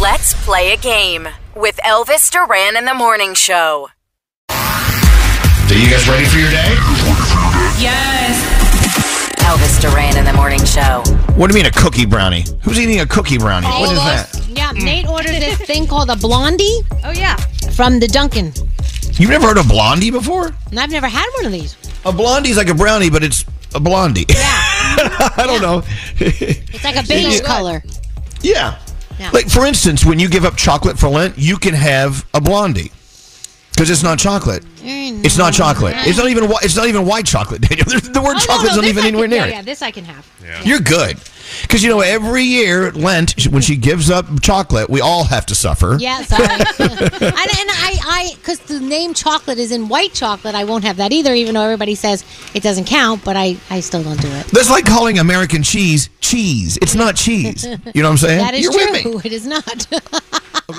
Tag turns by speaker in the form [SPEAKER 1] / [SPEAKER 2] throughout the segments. [SPEAKER 1] Let's play a game with Elvis Duran in the Morning Show.
[SPEAKER 2] Are you guys ready for your day?
[SPEAKER 1] Yes. Elvis Duran in the Morning Show.
[SPEAKER 2] What do you mean a cookie brownie? Who's eating a cookie brownie? What is that?
[SPEAKER 3] Yeah, Nate ordered this thing called a blondie.
[SPEAKER 4] Oh yeah.
[SPEAKER 3] From the Dunkin'.
[SPEAKER 2] You've never heard of blondie before?
[SPEAKER 3] And I've never had one of these.
[SPEAKER 2] A blondie's like a brownie, but it's a blondie. Yeah. I don't know.
[SPEAKER 3] It's like a beige color.
[SPEAKER 2] yeah.
[SPEAKER 3] Yeah.
[SPEAKER 2] Like for instance, when you give up chocolate for Lent, you can have a blondie because it's not chocolate.
[SPEAKER 3] Mm,
[SPEAKER 2] It's not chocolate. It's not even. whi- It's not even white chocolate, Daniel. There's- The word
[SPEAKER 3] Oh, no,
[SPEAKER 2] chocolate's
[SPEAKER 3] no,
[SPEAKER 2] not
[SPEAKER 3] this
[SPEAKER 2] even
[SPEAKER 3] I
[SPEAKER 2] anywhere
[SPEAKER 3] can-
[SPEAKER 2] near
[SPEAKER 3] yeah,
[SPEAKER 2] it.
[SPEAKER 3] Yeah, this I can have.
[SPEAKER 2] You're good. Because, you know, every year at Lent, sh- when she gives up chocolate, we all have to suffer.
[SPEAKER 3] Yeah, sorry. and, and I, I, because the name chocolate is in white chocolate, I won't have that either. Even though everybody says it doesn't count, but I, I still don't do it.
[SPEAKER 2] That's like calling American cheese cheese. It's not cheese. You know what I'm saying?
[SPEAKER 3] That is
[SPEAKER 2] You're
[SPEAKER 3] true.
[SPEAKER 2] with me.
[SPEAKER 3] It is not.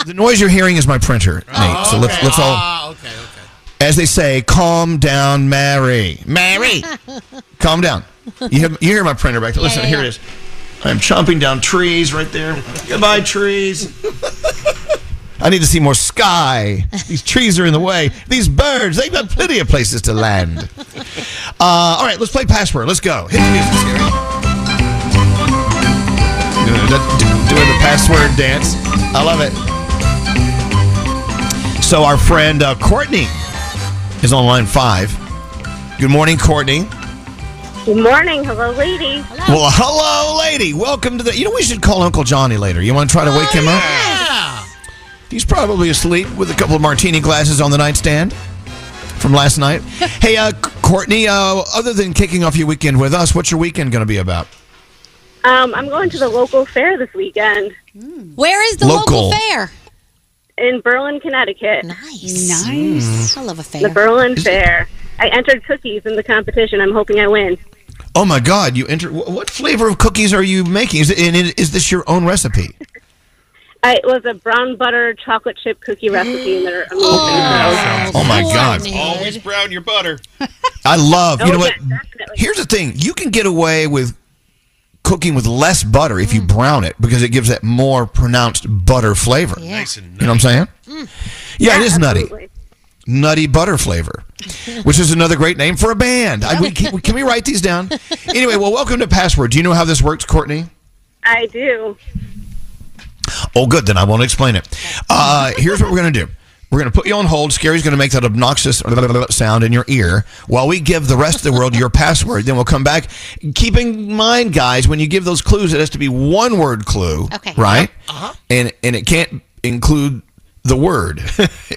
[SPEAKER 2] The noise you're hearing is my printer, Nate. So let's, let's all,
[SPEAKER 5] Oh, Ah, okay, okay.
[SPEAKER 2] as they say, calm down, Mary. Mary, calm down. You, have, you hear my printer back there.
[SPEAKER 5] Yeah,
[SPEAKER 2] Listen,
[SPEAKER 5] yeah,
[SPEAKER 2] here
[SPEAKER 5] yeah.
[SPEAKER 2] it is. I'm chomping down trees right there. Goodbye, trees. I need to see more sky. These trees are in the way. These birds, they've got plenty of places to land. Uh, all right, let's play password. Let's go. Hit the music, Scary. Doing the- Doing the password dance. I love it. So, our friend uh, Courtney is on line five. Good morning, Courtney.
[SPEAKER 6] Good morning. Hello, lady.
[SPEAKER 2] Well, hello, lady. Welcome to the. You know, we should call Uncle Johnny later. You want to try to
[SPEAKER 7] Oh,
[SPEAKER 2] wake him up? He's probably asleep with a couple of martini glasses on the nightstand from last night. hey, uh, Courtney, uh, other than kicking off your weekend with us, what's your weekend going to be about?
[SPEAKER 6] Um, I'm going to the local fair this weekend.
[SPEAKER 3] Where is
[SPEAKER 2] the local Local.
[SPEAKER 3] fair?
[SPEAKER 6] In Berlin, Connecticut.
[SPEAKER 3] Nice.
[SPEAKER 2] Nice.
[SPEAKER 3] I love a fair.
[SPEAKER 6] The Berlin Fair. I entered cookies in the competition. I'm hoping I win.
[SPEAKER 2] Oh my God! You enter. wh- What flavor of cookies are you making? Is it, and it- is this your own recipe?
[SPEAKER 6] I, it was a brown butter chocolate chip cookie recipe, and they're amazing.
[SPEAKER 2] Oh my God!
[SPEAKER 7] Always brown your butter.
[SPEAKER 2] I love. You
[SPEAKER 7] Oh,
[SPEAKER 2] know what?
[SPEAKER 7] yeah, definitely.
[SPEAKER 2] Here's the thing: you can get away with cooking with less butter if you brown it because it gives that more pronounced butter flavor.
[SPEAKER 4] Nice and
[SPEAKER 2] You know what I'm saying? Yeah, it is nutty. Nutty butter flavor, which is another great name for a band. I, we, can, can we write these down? Anyway, well, welcome to Password. Do you know how this works, Courtney?
[SPEAKER 6] I do.
[SPEAKER 2] Oh, good. Then I won't explain it. Uh, here's what we're going to do. We're going to put you on hold. Scary's going to make that obnoxious sound in your ear while we give the rest of the world your password. Then we'll come back. Keep in mind, guys, when you give those clues, it has to be one word clue,
[SPEAKER 5] Okay.
[SPEAKER 2] right? Uh-huh. And and it can't include the word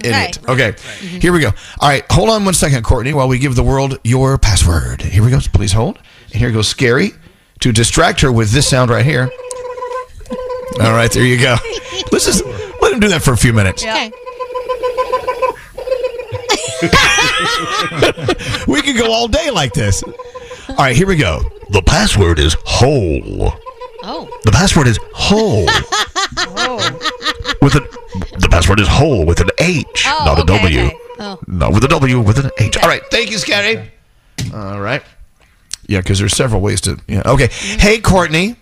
[SPEAKER 2] in
[SPEAKER 5] Right.
[SPEAKER 2] it. Okay. Here we go. All right. Hold on one second, Courtney, while we give the world your password. Here we go. Please hold. And here goes Scary to distract her with this sound right here. All right, there you go. Let's just let him do that for a few minutes.
[SPEAKER 3] Okay.
[SPEAKER 2] We could go all day like this. All right, here we go. The password is whole.
[SPEAKER 3] Oh.
[SPEAKER 2] The password is whole. With a, the password is whole with an H,
[SPEAKER 5] Oh,
[SPEAKER 2] not a
[SPEAKER 5] okay,
[SPEAKER 2] W.
[SPEAKER 5] okay.
[SPEAKER 3] Oh.
[SPEAKER 2] Not with a W, with an H. All right, thank you, Scary. All right. Yeah, because there's several ways to. Yeah. Okay. Hey, Courtney.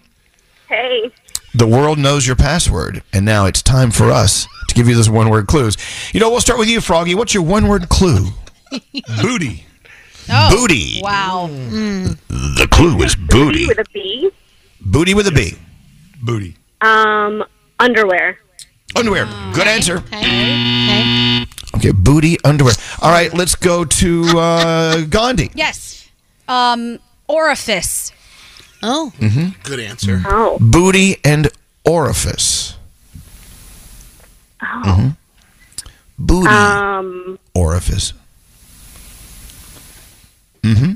[SPEAKER 6] Hey.
[SPEAKER 2] The world knows your password, and now it's time for us to give you those one word clues. You know, we'll start with you, Froggy. What's your one word clue?
[SPEAKER 4] booty.
[SPEAKER 2] booty.
[SPEAKER 5] Wow.
[SPEAKER 2] The clue is booty.
[SPEAKER 6] With a B.
[SPEAKER 2] Booty with a B.
[SPEAKER 4] Booty.
[SPEAKER 6] Um, underwear.
[SPEAKER 2] Underwear. Good answer.
[SPEAKER 3] Ah, Okay. Okay.
[SPEAKER 2] Okay, booty, underwear. All right, let's go to uh, Gandhi.
[SPEAKER 5] Yes. Um, orifice.
[SPEAKER 3] Oh.
[SPEAKER 4] Good answer.
[SPEAKER 6] Oh.
[SPEAKER 2] Mm-hmm. Booty and orifice. Mhm. Booty,
[SPEAKER 6] Oh. Um,
[SPEAKER 2] orifice.
[SPEAKER 6] oh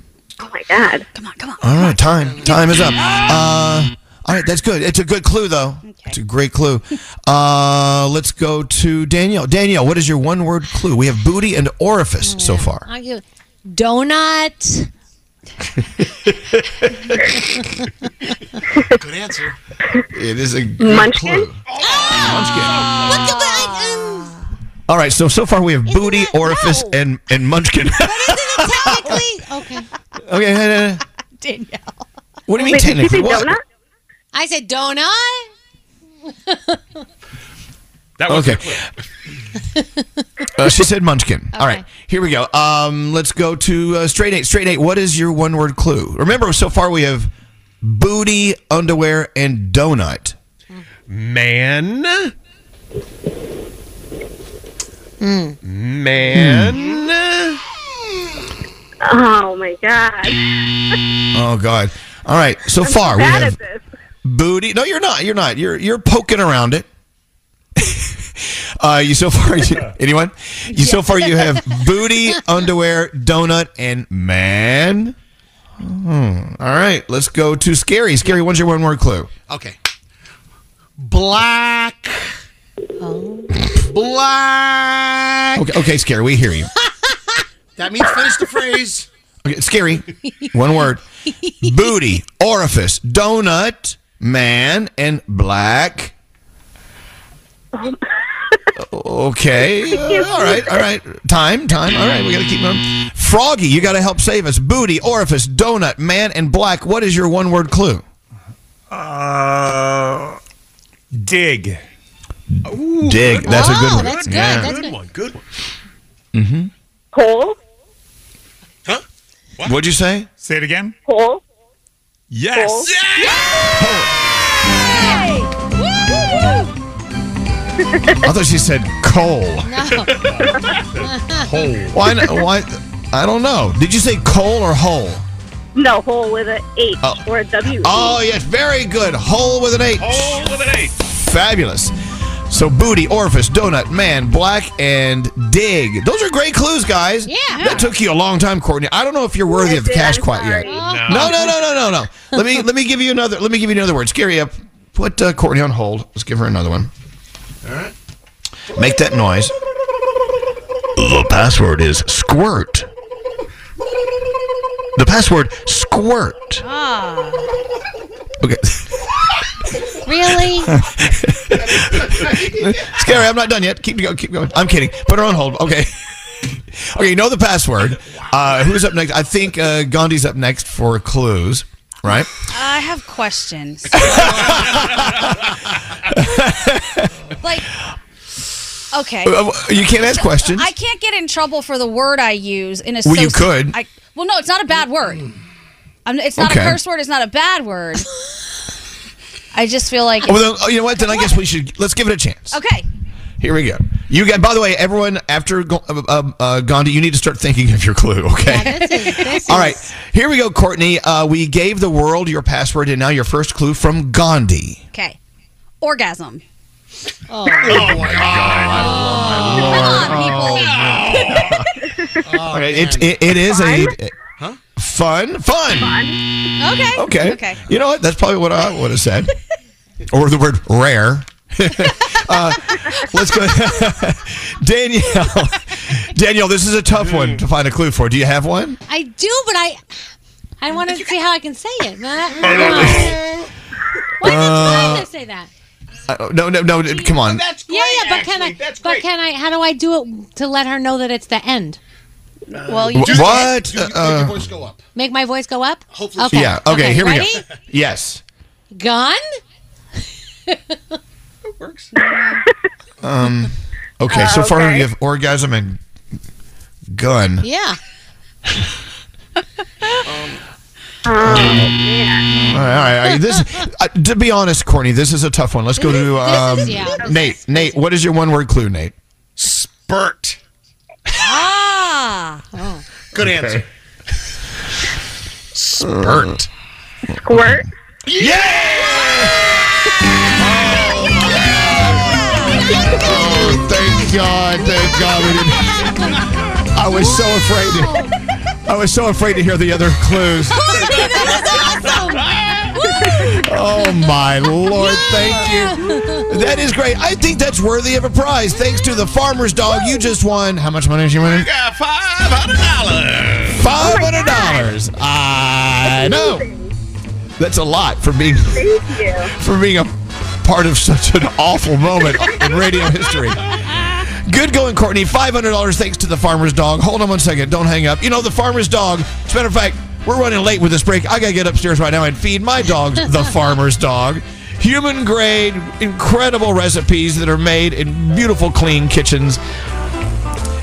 [SPEAKER 6] my God.
[SPEAKER 5] Come on, come on.
[SPEAKER 2] All right, time. Time is up. Uh, all right, that's good. It's a good clue, though. It's a great clue. Uh, let's go to Danielle. Danielle, what is your one word clue? We have booty and orifice so far.
[SPEAKER 3] I'll give donut.
[SPEAKER 4] Good answer.
[SPEAKER 2] It is a good Ah!
[SPEAKER 6] Munchkin?
[SPEAKER 3] Look at that.
[SPEAKER 2] All right, so so far we have booty,
[SPEAKER 3] that-
[SPEAKER 2] orifice,
[SPEAKER 3] no.
[SPEAKER 2] and and munchkin.
[SPEAKER 3] I, um, technically. Okay.
[SPEAKER 2] okay, uh,
[SPEAKER 5] Danielle.
[SPEAKER 2] what do you mean
[SPEAKER 6] Wait, did you
[SPEAKER 2] technically?
[SPEAKER 6] say
[SPEAKER 2] What?
[SPEAKER 6] donut?
[SPEAKER 3] I said donut.
[SPEAKER 4] That was
[SPEAKER 2] Okay.
[SPEAKER 4] the clip.
[SPEAKER 2] Uh, she said munchkin. All right,
[SPEAKER 3] Okay.
[SPEAKER 2] here we go. Um, let's go to uh, straight eight. Straight eight. What is your one word clue? Remember, so far we have booty, underwear, and donut.
[SPEAKER 4] Man.
[SPEAKER 6] Eh.
[SPEAKER 4] Man.
[SPEAKER 6] Oh my God.
[SPEAKER 2] Oh God! All right, so far we
[SPEAKER 6] Bad at
[SPEAKER 2] have
[SPEAKER 6] this.
[SPEAKER 2] booty. No, you're not. You're not. You're you're poking around it. uh, you so far anyone? You so far you have booty, underwear, donut, and man. Hmm. All right, let's go to scary. Scary, what's your one word clue?
[SPEAKER 4] Okay. Black.
[SPEAKER 2] Oh.
[SPEAKER 4] Black.
[SPEAKER 2] Okay, okay, scary, we hear you.
[SPEAKER 4] That means finish the phrase.
[SPEAKER 2] Okay, scary, one word: booty, orifice, donut, man, and black. Okay. uh, all right. All right. Time. Time. All right. We got to keep moving. Froggy, you got to help save us. Booty, orifice, donut, man, and black. What is your one word clue?
[SPEAKER 7] Dig.
[SPEAKER 2] Dig. That's a good
[SPEAKER 3] Oh,
[SPEAKER 2] one.
[SPEAKER 3] that's good.
[SPEAKER 2] Yeah.
[SPEAKER 3] That's
[SPEAKER 4] Good one. Good one.
[SPEAKER 6] Hole.
[SPEAKER 4] Huh?
[SPEAKER 2] What'd you say?
[SPEAKER 7] Say it again.
[SPEAKER 6] Hole.
[SPEAKER 7] Yes.
[SPEAKER 2] I thought she said coal.
[SPEAKER 4] Hole.
[SPEAKER 2] Why? n- Why? I don't know. Did you say coal or hole?
[SPEAKER 6] No, hole with a H
[SPEAKER 2] Oh.
[SPEAKER 6] or a W.
[SPEAKER 2] Oh, yes. Very good. Hole with an H.
[SPEAKER 4] Hole with an eight.
[SPEAKER 2] Fabulous. So booty, orifice, donut, man, black, and dig. Those are great clues, guys.
[SPEAKER 3] Yeah.
[SPEAKER 2] That took you a long time, Courtney. I don't know if you're worthy of the
[SPEAKER 6] Listen,
[SPEAKER 2] cash
[SPEAKER 6] I'm
[SPEAKER 2] quite yet.
[SPEAKER 6] sorry.
[SPEAKER 2] No, no, no, no, no, no. Let me let me give you another. Let me give you another word. Scary up. Put uh, Courtney on hold. Let's give her another one.
[SPEAKER 4] All right.
[SPEAKER 2] Make that noise. The password is squirt. The password squirt. Okay,
[SPEAKER 3] Really?
[SPEAKER 2] scary. I'm not done yet. Keep going. Keep going. I'm kidding. Put her on hold. Okay. Okay, you know the password. Uh, who's up next? I think uh, Gandhi's up next for clues. right?
[SPEAKER 5] I have questions. like, okay.
[SPEAKER 2] Uh, you can't ask questions.
[SPEAKER 5] I can't get in trouble for the word I use in a.
[SPEAKER 2] Well, you could.
[SPEAKER 5] I, well, no, it's not a bad word. I'm, it's not
[SPEAKER 2] Okay.
[SPEAKER 5] a curse word. It's not a bad word. I just feel like.
[SPEAKER 2] Well, then, oh, you know what? Then I guess we should let's give it a chance.
[SPEAKER 5] Okay.
[SPEAKER 2] Here we go. You got. By the way, everyone after Go- uh, uh, uh, Gandhi, you need to start thinking of your clue. Okay. All right. Here we go, Courtney. Uh, we gave the world your password, and now your first clue from Gandhi.
[SPEAKER 5] Okay. Orgasm. Oh,
[SPEAKER 4] my God.
[SPEAKER 2] Oh, okay, it, it, it is a fun, fun.
[SPEAKER 5] Okay.
[SPEAKER 2] Okay. You know what? That's probably what I would have said, or the word rare. uh, let's go, Danielle. Danielle, this is a tough one to find a clue for. Do you have one?
[SPEAKER 3] I do, but I I want to see how I can say it.
[SPEAKER 2] Why
[SPEAKER 3] I'm
[SPEAKER 2] Uh,
[SPEAKER 3] going to say that.
[SPEAKER 2] no, no, no! Come on.
[SPEAKER 3] yeah, yeah, but can I? but can I? How do I do it to let her know that it's the end?
[SPEAKER 5] Well,
[SPEAKER 2] Wh- what? Uh,
[SPEAKER 4] go up.
[SPEAKER 3] Make my voice go up. Hopefully,
[SPEAKER 2] Yeah. Okay. here
[SPEAKER 3] ready?
[SPEAKER 2] we go. Yes.
[SPEAKER 3] Gun.
[SPEAKER 2] Um. Okay.
[SPEAKER 3] Uh,
[SPEAKER 2] so far,
[SPEAKER 3] okay.
[SPEAKER 2] you have orgasm and gun.
[SPEAKER 3] Yeah.
[SPEAKER 2] All right. all right. This, uh, to be honest, Courtney, this is a tough one. Let's go to um,
[SPEAKER 3] This is- yeah, this
[SPEAKER 2] Nate. Nate, what is your one word clue, Nate? Spurt.
[SPEAKER 3] Ah. Oh.
[SPEAKER 4] Good answer.
[SPEAKER 2] Spurt.
[SPEAKER 4] Squirt. Yeah.
[SPEAKER 2] Oh, thank God. Thank God. We didn't. I was so afraid. To, I was so afraid to hear the other clues. Oh my lord, thank you. That is great. I think that's worthy of a prize. Thanks to the farmer's dog, you just won. How much money did you win?
[SPEAKER 4] Yeah, five hundred dollars.
[SPEAKER 2] Five hundred dollars. I know. That's a lot for being
[SPEAKER 4] Thank you.
[SPEAKER 2] for being a part of such an awful moment in radio history. Good going, Courtney. Five hundred dollars thanks to the farmer's dog. Hold on one second. Don't hang up. You know the farmer's dog. As a matter of fact, we're running late with this break. I gotta get upstairs right now and feed my dog the farmer's dog. Human grade, incredible recipes that are made in beautiful, clean kitchens.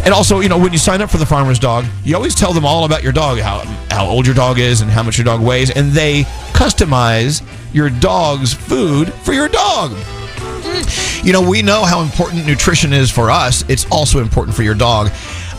[SPEAKER 2] And also, you know, when you sign up for the farmer's dog, you always tell them all about your dog, how how old your dog is and how much your dog weighs, and they customize your dog's food for your dog. You know, we know how important nutrition is for us. It's also important for your dog.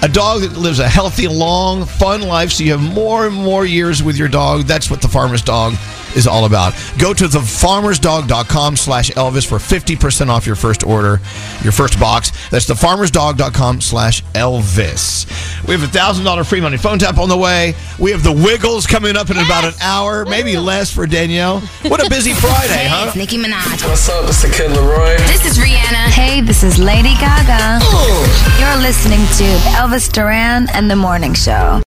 [SPEAKER 2] A dog that lives a healthy, long, fun life so you have more and more years with your dog. That's what the farmer's dog is all about. Go to thefarmersdog.com slash Elvis for 50% off your first order, your first box. That's thefarmersdog.com slash Elvis. We have a $1,000 free money phone tap on the way. We have the Wiggles coming up in about an hour, maybe less for Danielle. What a busy Friday, huh?
[SPEAKER 8] It's Nicki Minaj.
[SPEAKER 9] What's up? It's the Kid Leroy.
[SPEAKER 8] This is Rihanna. Hey, this is Lady Gaga. You're listening to Elvis Duran and the Morning Show.